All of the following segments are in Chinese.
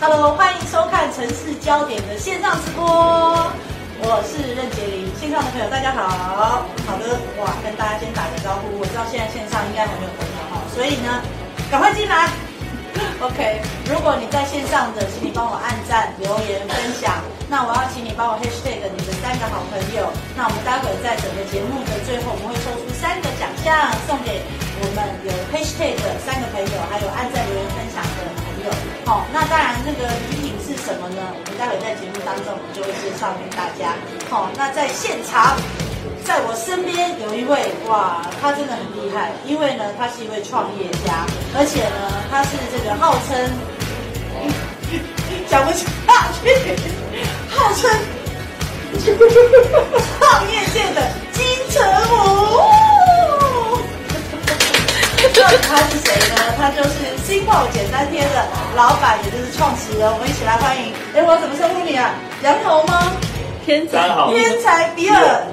Hello，欢迎收看《城市焦点》的线上直播，我是任杰玲。线上的朋友大家好，好的，哇，跟大家先打个招呼。我知道现在线上应该还没有朋友哈，所以呢，赶快进来。OK，如 果你在线上的，请你帮我按赞、留言、分享。那我要请你帮我 hashtag 你的三个好朋友。那我们待会在整个节目的最后，我们会抽出三个奖项送给我们有 hashtag 三个朋友，还有按赞、留言、分享的朋友。好、那当然那个礼品是什么呢？我们待会在节目当中我们就会介绍给大家。好、那在现场。在我身边有一位哇，他真的很厉害，因为呢，他是一位创业家，而且呢，他是这个号称讲不下去，号称创业界的金城武。到底他是谁呢？他就是 Simple 简单贴的老板，也就是创始人。我们一起来欢迎，哎，我怎么称呼你啊？羊头吗？天大家好，天才比尔，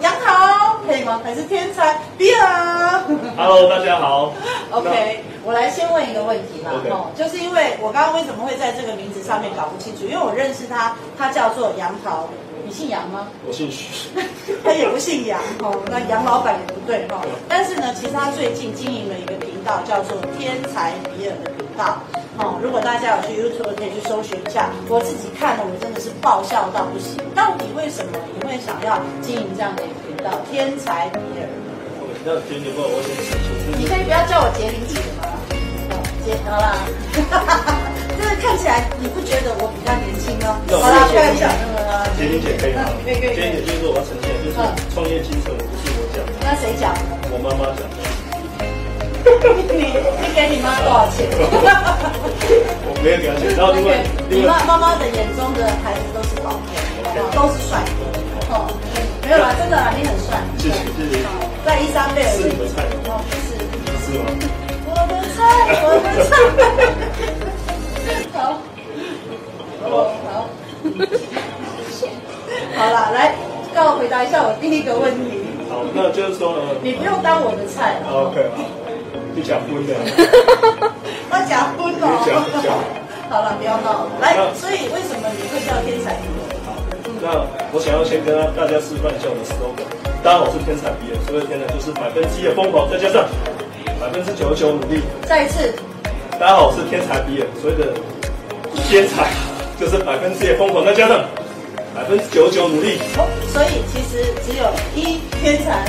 杨桃可以吗？还是天才比尔，Hello，大家好。 ？OK，我来先问一个问题啦， OK 哦，就是因为我刚刚为什么会在这个名字上面搞不清楚？因为我认识他，他叫做杨桃，你姓杨吗？那我姓徐， 他也不姓杨哦，那杨老板也不对哦。但是呢，其实他最近经营了一个频道，叫做“天才比尔”的频道。哦，如果大家有去 YouTube 可以去搜寻一下，我自己看了，我真的是爆笑到不行。到底为什么你会想要经营这样的一个频道“天才比尔那听你问我姓”？你徐，可以不要叫我杰林姐吗？哦，杰好啦， 真的看起来你不觉得我比较年轻吗？好啦，开玩笑，呃，杰玲姐可以吗？可以可以可杰以玲姐。就是我要呈现，就是创业精神，我不是我讲的，那谁讲？ 我妈妈讲的，你你给你妈多少钱？ 我没有了解。然后另外 OK，你另妈外妈妈的眼中的孩子都是宝贝，都是帅哥。哦，没有啦，真的啦，你很帅。谢谢谢谢，在伊莎贝尔是你的菜哦，不是吗？是我的菜，我的菜。好，哦好，好啦，来，让我回答一下我第一个问题。好，那就是说呢你不用当我的菜了。 ，OK，好，就讲婚的，我讲昏了你讲你讲。好了，不要闹了。来，那所以为什么你会叫天才女人？那我想要先跟大家示范一下我的 slogan。大家好，我是天才毕业，所以天才就是百分之一的疯狂，再加上百分之九十九努力。再一次，大家好，我是天才比尔。所谓的天才，就是百分之也疯狂，再加上百分之九十九努力，哦，所以其实只有一天才，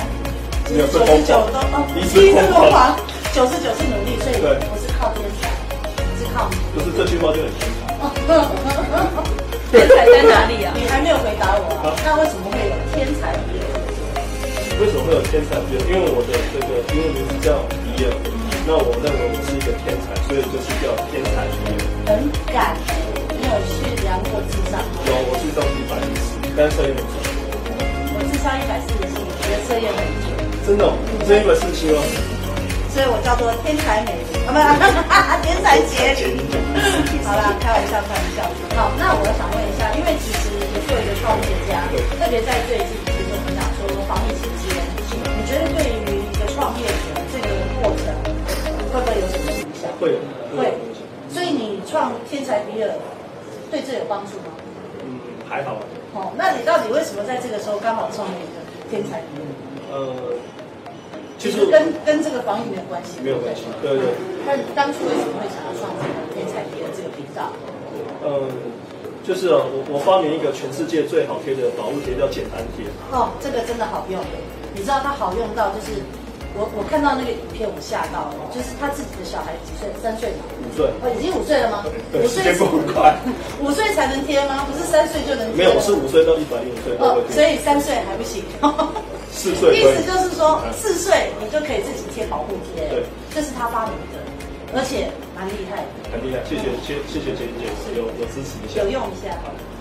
只有是九十疯九都狂哦，一一是是疯疯狂，九十九是努力，所以对不是靠天才，是靠你。就是这句话就很天才。天才在哪里啊？你还没有回答我、啊好，那为什么会有天才女人？为什么会有天才比尔？因为我的这个英文名字叫比尔，那我认为我是一个天才，所以就是叫天才比尔。很敢，你有去量过智商啊吗？有，我智商是一百一十，但是也没错，我智商一百四十七，我觉得测验很准。真的、哦，这一本事情哦，所以我叫做天才美人，啊不是，天才杰前女。一讲，好啦，开玩笑，开玩笑。好，那我想问一下，因为其实你作为一个创业家，特别在最近，比如说我们讲说防疫期间，你觉得对于一个创业者这个过程，会不会有什么影响？会有会。所以你创天才比尔，对这有帮助吗？嗯，还好，哦，那你到底为什么在这个时候刚好创立一个天才比尔？呃，其其实实跟跟这个防疫没有关系，没有关系对对。但当初为什么会想要创这个天才比尔这个频道？呃，就是哦我我发明一个全世界最好贴的保护贴，叫简单贴。哦，这个真的好用，你知道它好用到就是，我我看到那个影片我吓到了，就是他自己的小孩几岁？三岁嘛？五岁，哦，已经五岁了吗？对，五时岁间过很快。 五岁才能贴吗？不是三岁就能贴？没有，我是。五岁到一百零五岁哦都会，所贴，以三岁还不 行。四 岁意可思就以。是说，四岁你就可以自己贴保护贴，嗯对，这是他发明的，而且蛮厉害的，很厉害，谢谢谢谢谢简姐，有有支持一下有。用一下。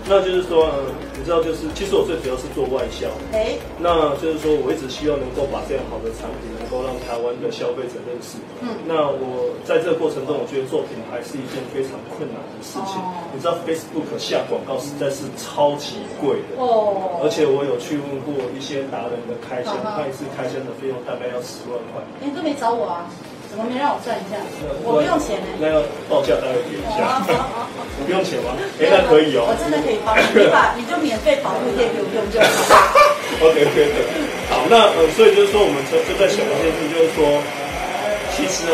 那就是说，呃你知道，就是其实我最主要是做外销，哎，那就是说我一直希望能够把这样好的产品能够让台湾的消费者认识。嗯那我在这个过程中，我觉得做品牌是一件非常困难的事情。哦你知道 Facebook 下广告实在是超级贵的。哦，而且我有去问过一些达人的开箱嗯，哼他一次开箱的费用大概要十万块，你都没找我啊？怎么没让我算一下？我不用钱呢、那要报价单位给一哦下哦哦。 我不用钱吗？哎，那可以哦。我真的可以帮你，你 把你就免费保护贴给我用就好。 OK OK OK，好，那呃，所以就是说，我们就就在想一件事，就是说，其实呢，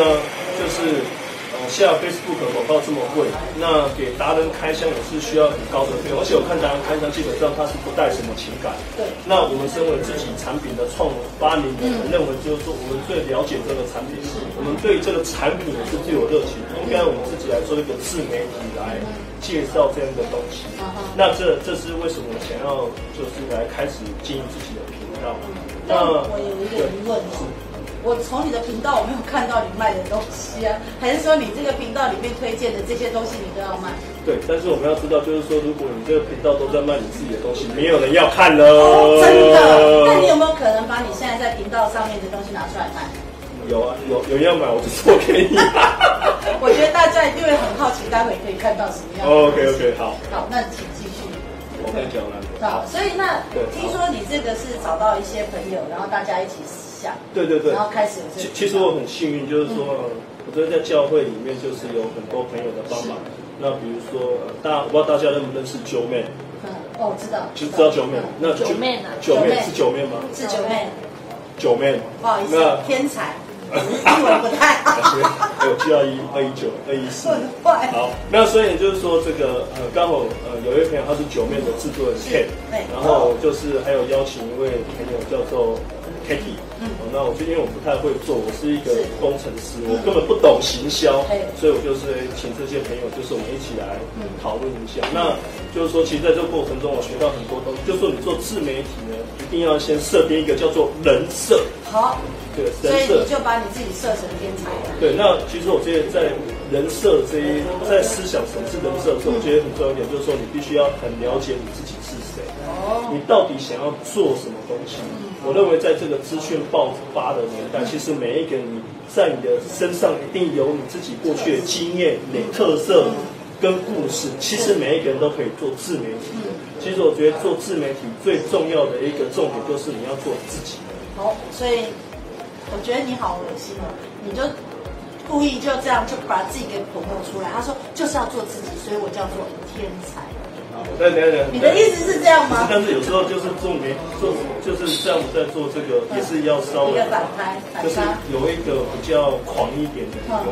就是呃，现在 Facebook 的广告这么贵，那给达人开箱也是需要很高的费用，而且我看达人开箱基本上它是不带什么情感。对那我们身为自己产品的创发明人，我认为就是说，我们最了解这个产品，我们对这个产品也是最有热情，应该我们自己来做一个自媒体来介绍这样的东西。啊那这这是为什么想要就是来开始经营自己的频道？但那我有一个疑问哦，我从你的频道我没有看到你卖的东西啊，还是说你这个频道里面推荐的这些东西你都要卖？对，对，但是我们要知道，就是说，如果你这个频道都在卖你自己的东西，没有人要看了。哦，真的？那你有没有可能把你现在在频道上面的东西拿出来卖？有啊，有有要买，我就做给 你。我觉得大家一定会很好奇，待会可以看到什么样的东西。 OK OK，好，哦好，那请继续。我再讲了。好，所以那对听说你这个是找到一些朋友，然后大家一起想，对对对然。后开始有这其个。其实我很幸运，就是说，呃我都在教会里面，就是有很多朋友的帮忙。那比如说，呃大我不知道大家认不认识九妹，嗯，哦，知道，就知道九妹。那九妹呢九九妹妹是九妹吗？是九妹，九妹。不好意思那，天才，英文不太 好，有七二一、二一九、二一四。混坏。好，那所以就是说，这个呃，刚好呃，有一位朋友他是九妹的制作人 K，对然后就是还有邀请一位朋友叫做 Kitty，嗯、那我就因为我不太会做，我是一个是嗯工程师，我根本不懂行销对，嗯所以我就是请这些朋友，就是我们一起来讨论一下。那就是说，其实在这个过程中，我学到很多东西，就是说你做自媒体呢，一定要先设定一个叫做人设，好，对，所人以设你。就把你自己设成天才了。对，那其实我这些在人设这一在思想审视人设的时候，我觉得很重要一点就是说，你必须要很了解你自己是谁，哦，嗯你到底想要做什么东西。我认为在这个资讯爆发的年代，其实每一个人你在你的身上一定有你自己过去的经验、你嗯的特色跟故事。其实每一个人都可以做自媒体嗯的。其实我觉得做自媒体最重要的一个重点就是你要做自己。好，所以我觉得你好恶心哦，你就故意就这样就把自己给捧出来。他说就是要做自己，所以我叫做天才。好，我再聊聊你的意思是这样吗？但是有时候就是做媒做就是像我在做这个也是要稍嗯一微个反拍，反就是杀。有一个比较狂一点的一个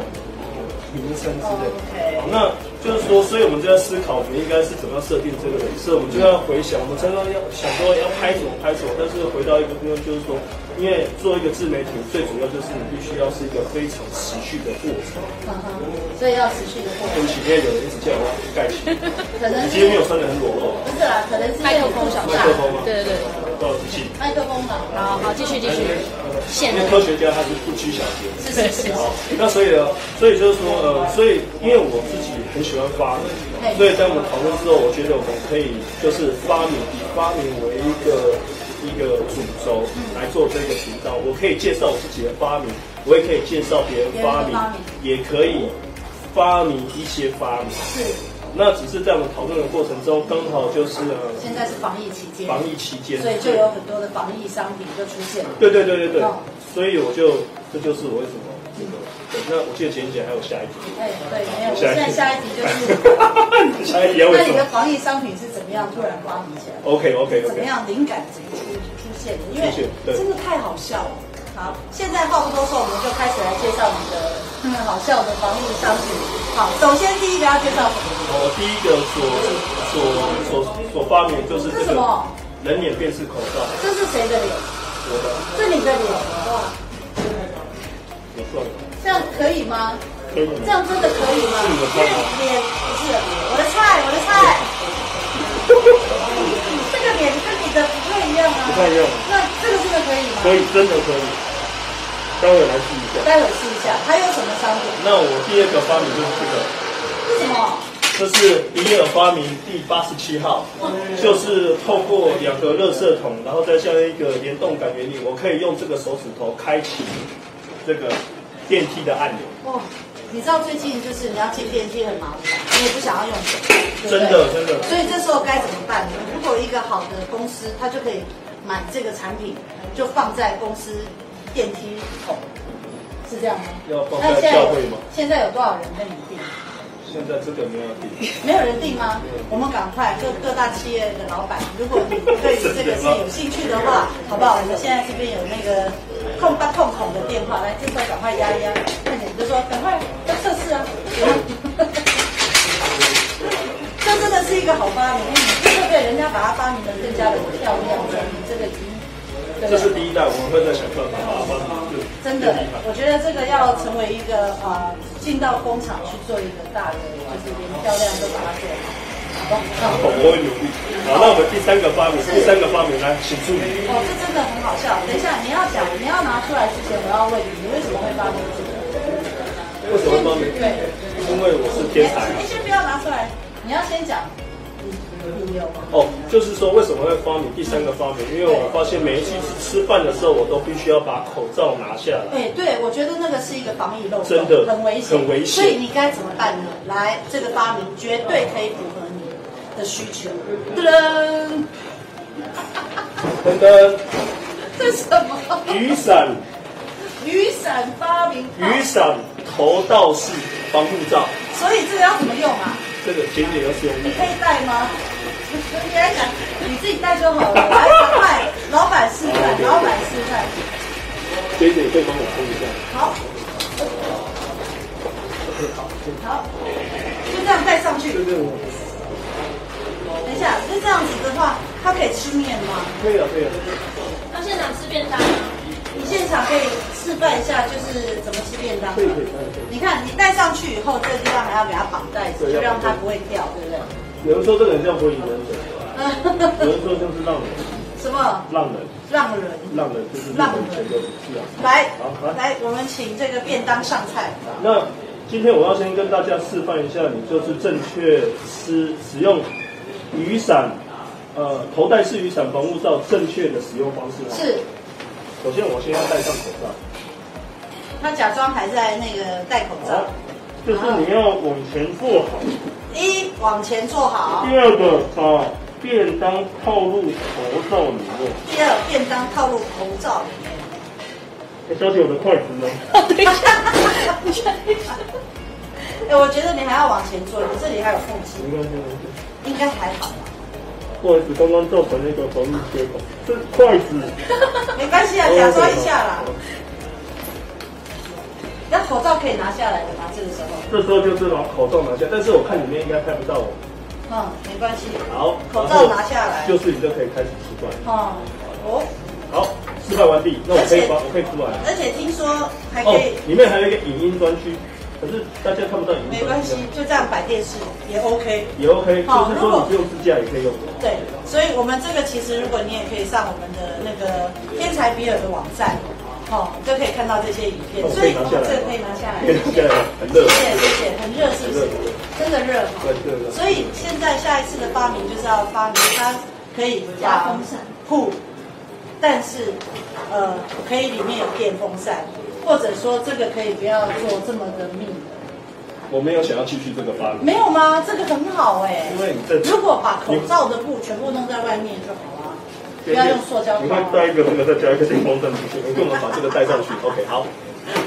名称之类嗯的。哦 OK，好，那就是说，所以我们就在思考，我们应该是怎么样设定这个人设，我们就要回想，我们常常要想说要拍什么拍什么，但是回到一个部分，就是说，因为做一个自媒体，最主要就是你必须要是一个非常持续的过程。嗯哼，所以要持续的过对程，不起，因为有人一直叫我盖 起，可能今天是没有穿的很裸露，不是啦，可能是麦克风小小麦大克风吗？对对对，不好意思。麦克风嘛，好好，继续继续，因为科学家他是不拘小节。是是是，好，那所以呢，所以就是说，呃，所以因为我自己很喜欢发明，所以在我们讨论之后，我觉得我们可以就是发明以发明为一个一个主轴嗯来做这个频道。我可以介绍我自己的发明，我也可以介绍别人发别人的明发明，也可以发明一些发明。是那只是在我们讨论的过程中，刚好就是呃现在是防疫期间，防疫期间，所以就有很多的防疫商品就出现了。对对对对对哦，所以我就这就是我为什么这个。对那我记得前几天还有下一集，哎，对，没有，我现在下一题就是，下一集要那为什你的么防疫商品是怎么样突然发明起来？ ？OK OK 怎么 OK，样灵感怎么出出现的？因为出现对真的太好笑了。好，现在话不多说，我们就开始来介绍你的嗯好笑的防疫商品。好，首先第一个要介绍什么？我呃第一个所所所所发明的就是这什这个么人脸辨识口罩，这是谁的脸？我的是你的脸哇，也算了，这样可以吗？可以这吗？样真的可以吗？是你的因菜为吗脸不是我的菜，我的菜。这个脸跟你的不太一样啊。不太一样那这个真的可以吗？可以，真的可以。待会来试一下。待会试一下，还有什么商品？那我第二个发明就是这个。为什么？这是比尔发明第八十七号，就是透过两个热射筒，然后再像一个联动感原理，我可以用这个手指头开启这个电梯的按钮。哦，你知道最近就是你要进电梯很麻烦，你也不想要用手，对不对真的真的所以这时候该怎么办呢？如果一个好的公司，它就可以买这个产品，就放在公司电梯口，是这样吗？要放那在现在教有会吗？现在有多少人跟你订？现在这个没有定，没有人订吗？我们赶快各各大企业的老板，如果你对这个事有兴趣的话，好不好？我们现在这边有那个控八控孔的电话，来，这块赶快压一压，快点，你就说赶快要测试啊！ 有吗这真的是一个好发明，这个被人家把它发明的更加的漂亮，你这个已经对不对这是第一代，我们会在想办法把它放进去真的，我觉得这个要成为一个呃，进到工厂去做一个大的，就是连漂亮都把它做好，好不好？我们会努力。好，那我们第三个发明，第三个发明来，请助理。哦，这真的很好笑。等一下，你要讲，你要拿出来之前，我要问你，你为什么会发明这个？为什么发明？对，因为我是天才。啊你先不要拿出来，你要先讲理理由。哦，就是说为什么会发明第三个发明？因为我发现每一次吃饭的时候，我都必须要把口罩拿下来。哎，对，我觉得那个是一个防疫漏洞，真的很危险，很危险所以你该怎么办呢？来，这个发明绝对可以符合你的需求。噔噔，噔噔，这是什么？雨伞，雨伞发明法雨伞头罩式防护罩，所以这个要怎么用啊？这个简简又是用你可以带吗？你来讲，你自己带就好了。来，赶快，老板试看，老板试看。简简可以帮我冲一下。好，好，就这样带上去。对对，我等一下，就这样子的话，它可以吃面吗？可以啊，可以啊。他现场吃便当，你现场可以示范一下，就是怎么吃便当可以吗可以可以可以你看，你带上去以后，这个地方还要给它绑带子，对就要让绑它带子不会掉，对不对？有人说这个很像火影忍者，有人说像是浪人，什么浪人，让人？浪人就是日本前的武器啊。来好，来来，我们请这个便当上菜。那今天我要先跟大家示范一下，你就是正确使使用雨伞，呃，头戴式雨伞防护罩正确的使用方式啊。是，首先我先要戴上口罩，他假装还在那个戴口罩好。，就是你要往前坐好。一，往前坐好。第二个，把便当套入口罩里面。第二，便当套入口罩里面。哎小姐，我的筷子呢？等一下，你确定？ 哎，我觉得你还要往前坐，你这里还有缝隙，没关系，没关系。应该还好吧，不好意思，刚刚造成那个防疫缺口，是筷 子。没关系啊，哦假装一下啦。那口罩可以拿下来的吗？这个时候，这时候就是把口罩拿下，但是我看里面应该拍不到我。嗯，没关系。好，口罩拿下来就是你就可以开始吃饭。哦，哦，好，示范完毕，那我可以把而且我可以出来了。而且听说还可以哦，，里面还有一个影音专区，可是大家看不到影没音专关区系啊，，就这样摆电视也 OK。也 OK，好就如是说果你不用支架也可以用。对，所以我们这个其实，如果你也可以上我们的那个天才比尔的网站，哦，你就可以看到这些影片哦，所以可以拿哦下来这个可以拿下来，可以拿下来 很热谢谢谢谢，很热是不是很热？真的热哈。对对对所以现在下一次的发明就是要发明它可以加风扇铺，但是呃，可以里面有电风扇，或者说这个可以不要做这么的密。我没有想要继续这个发明，没有吗？这个很好哎、因为你这如果把口罩的布全部弄在外面就好了，不要用塑胶你包会啊。带一个那个再加一个电风扇进去，你跟我们把这个带 上去。OK，好，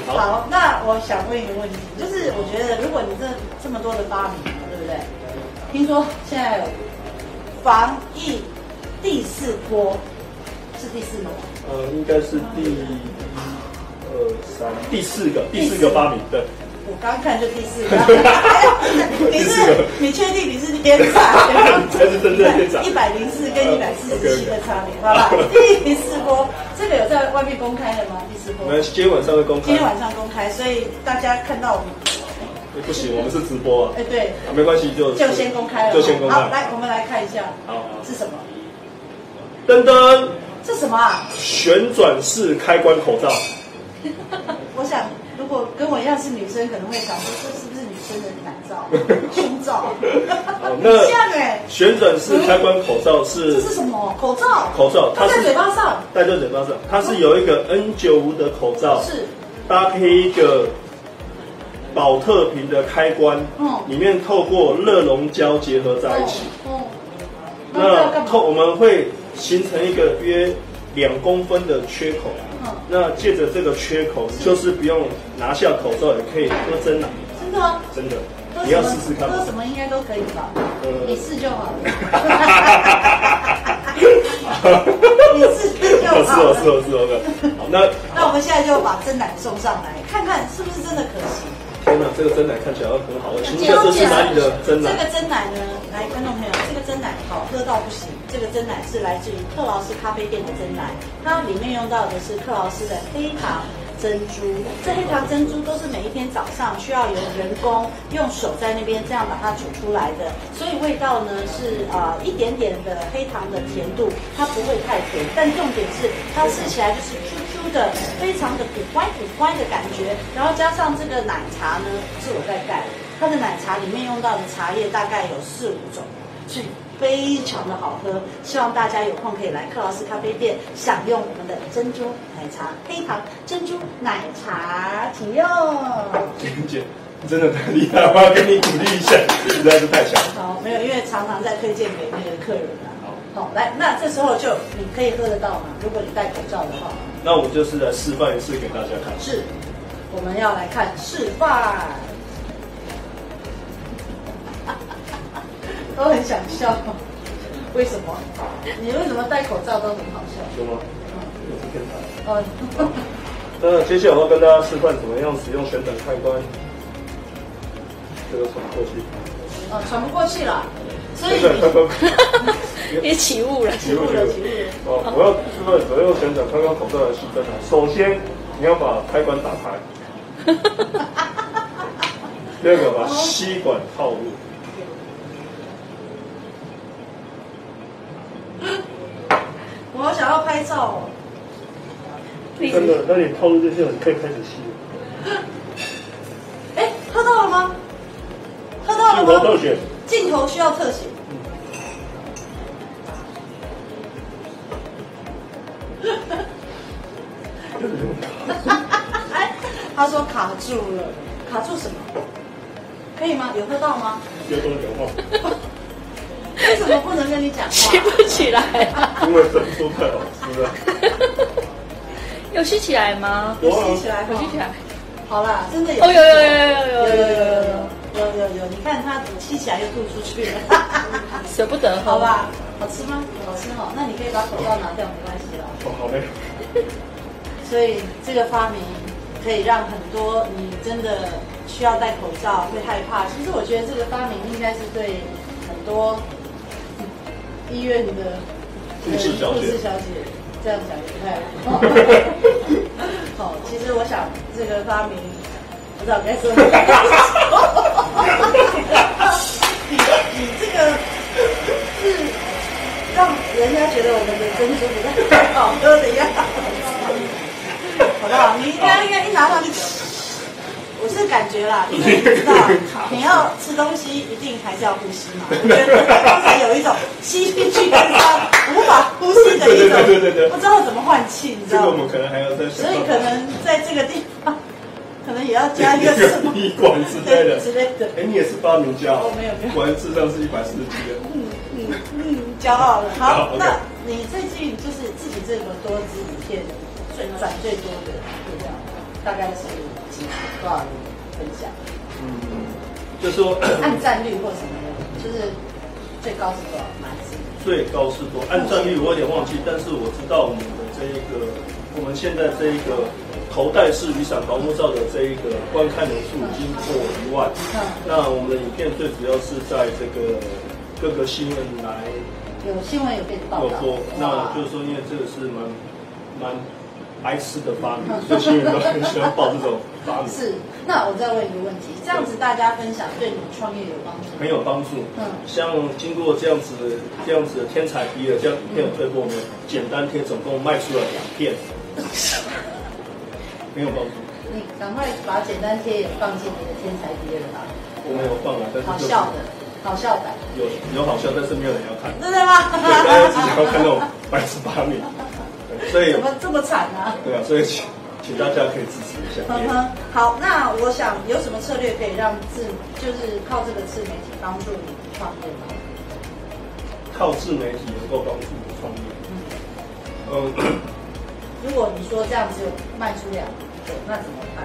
好，好，那我想问一个问题，就是我觉得如果你这这么多的发明，对不对？听说现在有防疫第四波，是第四波，呃，应该是第一二三第四个第四个发明，对，我刚看就第四个。你第四是个你确定你是天才？你才是真正的天才一百零四跟一百四十七 OK，OK 的差别，好吧？第四波，这个有在外面公开的吗？第四波我。们今天晚上会公今开天。晚上公开，所以大家看到我们，哎不行，我们是直播啊哎、，对，啊没关系，就就先公开了。就先公开。好，来，我们来看一下好，好是什么？噔噔，这什么啊？旋转式开关口罩，我想，如果跟我一样是女生，可能会想说，这是不是女生的奶 罩、胸罩？好 很哦那像哎、旋转式开关口罩这是是什么？口罩？口罩它它在是嘴巴上。戴在嘴巴上，它是有一个 N 9 5的口罩，是搭配一个保特瓶的开关，嗯里面透过热熔胶结合在一起，。哦。那这要那干嘛透我们会形成一个约两公分的缺口，嗯那借着这个缺口，就是不用拿下口罩也可以喝真奶，真的吗？真的喝，你要什试么试看呃吗喝？什么应该都可以吧？你试就 好了。你试 就好我了。哦是我是我是哦我，好，那那我们现在就把真奶送上来，看看是不是真的可行。天哪，这个真奶看起来很好，请问一下这是哪里的真奶这？个真奶呢，来观众朋友，这个真奶好喝到不行。这个真奶是来自于克劳斯咖啡店的真奶，它里面用到的是克劳斯的黑糖珍珠。这黑糖珍珠都是每一天早上需要由人工用手在那边这样把它煮出来的，所以味道呢是呃一点点的黑糖的甜度，它不会太甜，但重点是它吃起来就是 Q Q 的，非常的古乖古乖的感觉，然后加上这个奶茶呢是我在带的。它的奶茶里面用到的茶叶大概有四五种，所以非常的好喝。希望大家有空可以来克劳斯咖啡店享用我们的珍珠奶茶、黑糖珍珠奶茶，请用。林姐，你真的太厉害了，我要给你鼓励一下，实在是太强。好，没有，因为常常在推荐给那个客人啊。好，来，那这时候就你可以喝得到吗？如果你戴口罩的话，那我就是来示范一次给大家看。是，我们要来看示范。 都很想笑，为什么？你为什么戴口罩都很好笑？有吗？我是天才。哦，那接下来我要跟大家示范怎么样使用旋转开关。这个传过去，哦，喘不过气了，所以 旋转开你关。也起雾了。起雾了，起雾了。哦，我要示范怎么用旋转开关口罩来细分啊。首先，你要把开关打 开。第二个，把吸管套入。 我好想要拍照哦，真的，那你套入这些，你可以开始吸。哎，喝到了吗？喝到镜头特了吗？写。镜头需要特写。哎，他说卡住了，卡住什么？可以吗？有喝到吗？别多 讲话，为什么不能跟你讲吸话？不起来啊了，因为珍珠太好吃了。有吸起来吗？有吸啊，起来，有吸起。来。好啦，真的有。哦，有有有有有有有有有有，有有有有，你看它吸起来又吐出去了，舍不得好喝。吧？好吃吗？好吃哦，那你可以把口罩拿掉，没关系了。哦，好嘞。所以这个发明可以让很多你真的需要戴口罩会害怕。其实我觉得这个发明应该是对很多嗯医院的护士小姐护士小姐这样讲也不太好。好，其实我想这个发明不知道该说什么。你你这个是让人家觉得我们的珍珠不太好喝的样子。好不好？你应该应该一拿上去，我是感觉啦，因为你知道你要吃东西一定还是要呼吸嘛，我觉得就是有一种吸进去但是它无法呼吸的一种，对对对对对不知道怎么换气，你知这个道我吗们？可能还要再所想以办可法。能在这个地方，可能也要加一个什么医馆之类的对之类的。哎，你也是发明家哦没有没有果然智商是一百四十七的。嗯嗯，骄傲了。好好，，OK 那你最近就是自己这么多支影片最转最多的流量，大概是几多少人分享？嗯，就说按赞率或什么的，就是最高是多少？满级？最高是多，按战率我有点忘记，但是我知道我们的这一个，我们现在这一个头戴式雨伞防护罩的这一个观看人数已经过一万。嗯，那我们的影片最主要是在这个各个新闻来有新闻有被报有道说，，那就是是说，因为这个是蛮蛮白痴的发明，所以新人都很喜欢报这种发明，嗯 是。那我再问一个问题，这样子大家分享对你创业有帮助吗？很有帮助。嗯像经过这样子这样子的天才逼的这样影片的推播，我们简单贴总共卖出了两 片，没有帮助。你赶快把简单贴也放进你的天才第二吧，我没有放了，但是好就是笑的，好笑的，有有好笑，但是没有人要看，真的对大家只吗？想要看那种白痴发明，对所以怎么这么惨啊？ 对啊，所以请请大家可以支持一下。嗯哼，好，那我想有什么策略可以让自就是靠这个自媒体帮助你创业吗？靠自媒体能够帮助我创业。嗯，如果你说这样子有卖出两个，那怎么办？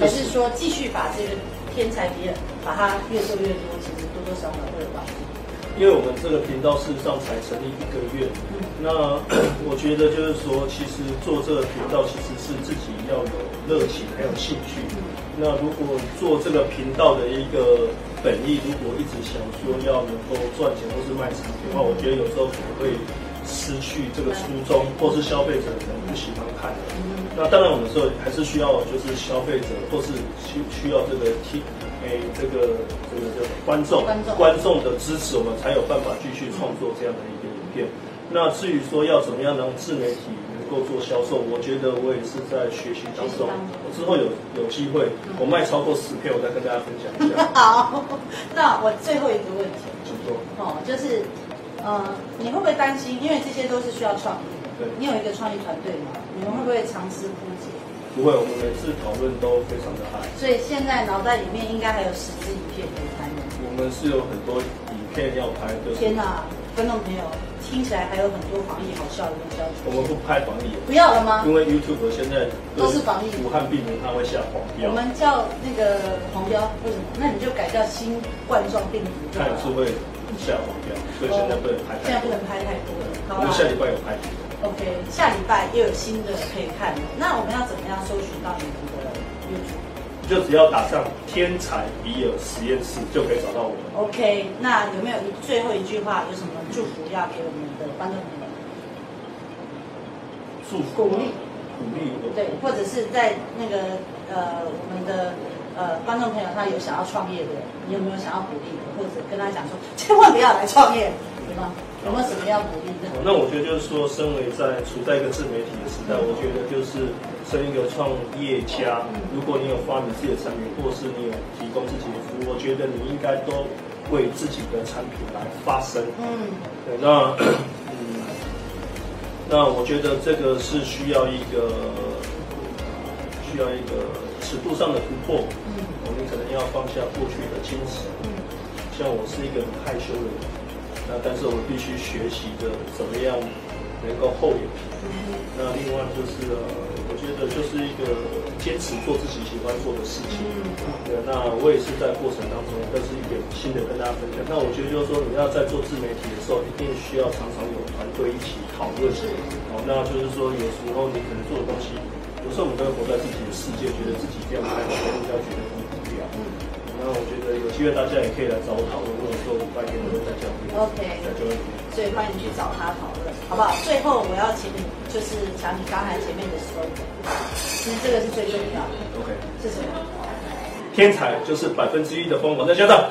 还就是是说继续把这个天才别人把它越做越多，其实多多少少会有帮助。因为我们这个频道事实上才成立一个月，那 我觉得就是说，其实做这个频道其实是自己要有热情，还有兴趣。那如果做这个频道的一个本意，如果一直想说要能够赚钱或是卖产品的话，我觉得有时候可能会失去这个初衷，或是消费者可能不喜欢看的。那当然，我们说还是需要就是消费者或是需需要这个听。诶，哎这个这个这个观众观众。观众的支持，我们才有办法继续创作这样的一个影片。那至于说要怎么样让自媒体能够做销售，我觉得我也是在学习当中。我之后有有机会，我卖超过十片，我再跟大家分享一下好， 那我最后一个问题请坐。哦，就是呃，你会不会担心？因为这些都是需要创意的对，你有一个创意团队嘛，你们会不会尝试枯竭？不会，我们每次讨论都非常的嗨。所以现在脑袋里面应该还有十支影片可以拍吗我们是有很多影片要拍，就是天哪，啊观众朋友，听起来还有很多防疫好笑的东西要做。我们不拍防疫，不要了吗？因为 YouTube 现在都是防疫武汉病毒它会下黄我标，们叫那个黄标，为什么？那你就改叫新冠状病毒就它好了。也是会下黄标，所以现在不能拍现太在不。多能拍太多了，好我吧们下礼拜有拍。 ？OK，下礼拜又有新的可以看了。那我们要怎么样搜寻到你们的 YouTube？OK，、就只要打上“天才比尔实验室”就可以找到我们。 OK，那有没有一最后一句话？有什么祝福要给我们的观众朋友？祝福鼓励鼓励我。对，或者是在那个呃我们的呃观众朋友他有想要创业的，你有没有想要鼓励的，或者跟他讲说千万不要来创业，有吗？有没有什么要鼓励的？那我觉得就是说，身为在处在一个自媒体的时代，我觉得就是身为一个创业家，如果你有发明自己的产品，或是你有提供自己的服务，我觉得你应该都为自己的产品来发声。嗯，对，那嗯，那我觉得这个是需要一个需要一个尺度上的突破。嗯，我们可能要放下过去的矜持。嗯，像我是一个很害羞的人，那但是我们必须学习的怎么样能够厚脸皮。那另外就是呃，我觉得就是一个坚持做自己喜欢做的事情。对，那我也是在过程当中，这是一点新的跟大家分享。那我觉得就是说，你要在做自媒体的时候，一定需要常常有团队一起讨论。好，那就是说有时候你可能做的东西，有时候我们都会活在自己的世界，觉得自己这样拍，别人家觉得很无聊。嗯那我觉得有机会大家也可以来找我讨论，或者说礼拜天我会在教会 OK 在教会里面。所以欢迎去找他讨论，好不好？最后我要请你，就是讲你刚才前面的 slogan，其实这个是最重要的， OK，是什么？天才就是百分之一的疯狂，再加上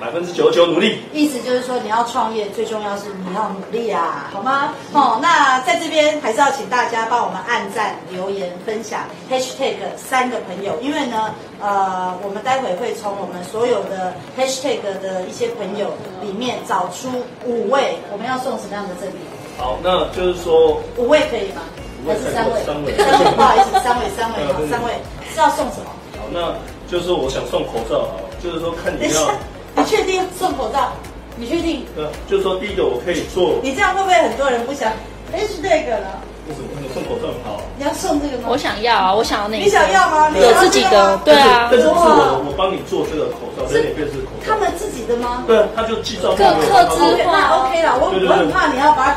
百分之九十九努力。意思就是说，你要创业，最重要是你要努力啊，好吗？哦，那在这边还是要请大家帮我们按赞、留言、分享 #hashtag 三个朋友，因为呢，呃，我们待会会从我们所有的 #hashtag 的一些朋友里面找出五位，我们要送什么样的赠品？好，那就是说五位可以吗？五还位是三位？三位啊不好意思，三位，三位，好三位是要送什么？好，那就是我想送口罩好了，就是说看等你一 要下，，你确定送口罩？你确定？呃，就是说第一个我可以做，你这样会不会很多人不想？哎，是那个了，为什么为什么送口罩很好？你要送这个吗？我，想要啊，我想要那个。你想要吗？你有自己想要这，的个吗对啊但，是但是不是哇我我帮你做这个口罩，有点变成口他罩，们自己的吗？对啊，他就寄照片各给我，各然自后 OK，那 OK 了，我对对对我很怕你要把，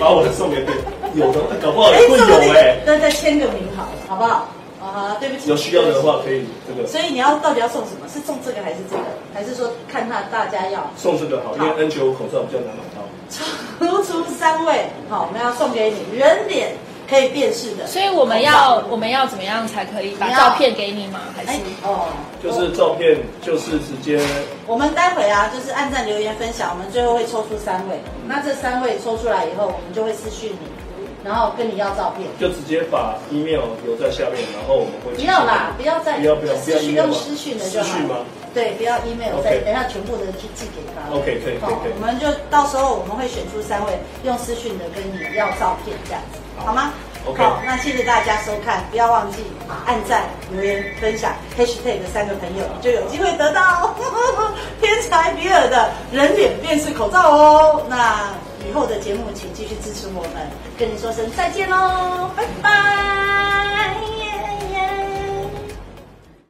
把我的送给别人，有的搞不好哎，也会这个有哎，那再签个名好了，好不好？啊，对不起，有需要的话可以这个所以你要到底要送什么？是送这个还是这个？还是说看他大家要？送这个好，因为好 N 9 5口罩比较难买到。抽出三位，好，我们要送给你人脸可以辨识的。所以我们要我们要怎么样才可以把你要照片给你吗？还哎是哦，就是照片，就是直接我们待会啊，就是按赞、留言、分享，我们最后会抽出三位。那这三位抽出来以后，我们就会私讯你，然后跟你要照片。就直接把 email 留在下面，然后我们会不要啦，不要再不要不要不私要讯 email 用吗私讯的就好。私讯吗？对，不要 email，再 OK 等一下全部的去寄给他。 OK，可以好可以可以我们就到时候我们会选出三位用私讯的跟你要照片这样子，好好吗 OK 好，那谢谢大家收看，不要忘记按赞、留言、分享 #hashtag 三个朋友就有机会 得到天才比尔的人脸辨识口罩哦。那也以后的节目请继续支持我们，跟你说声再见喽，拜拜。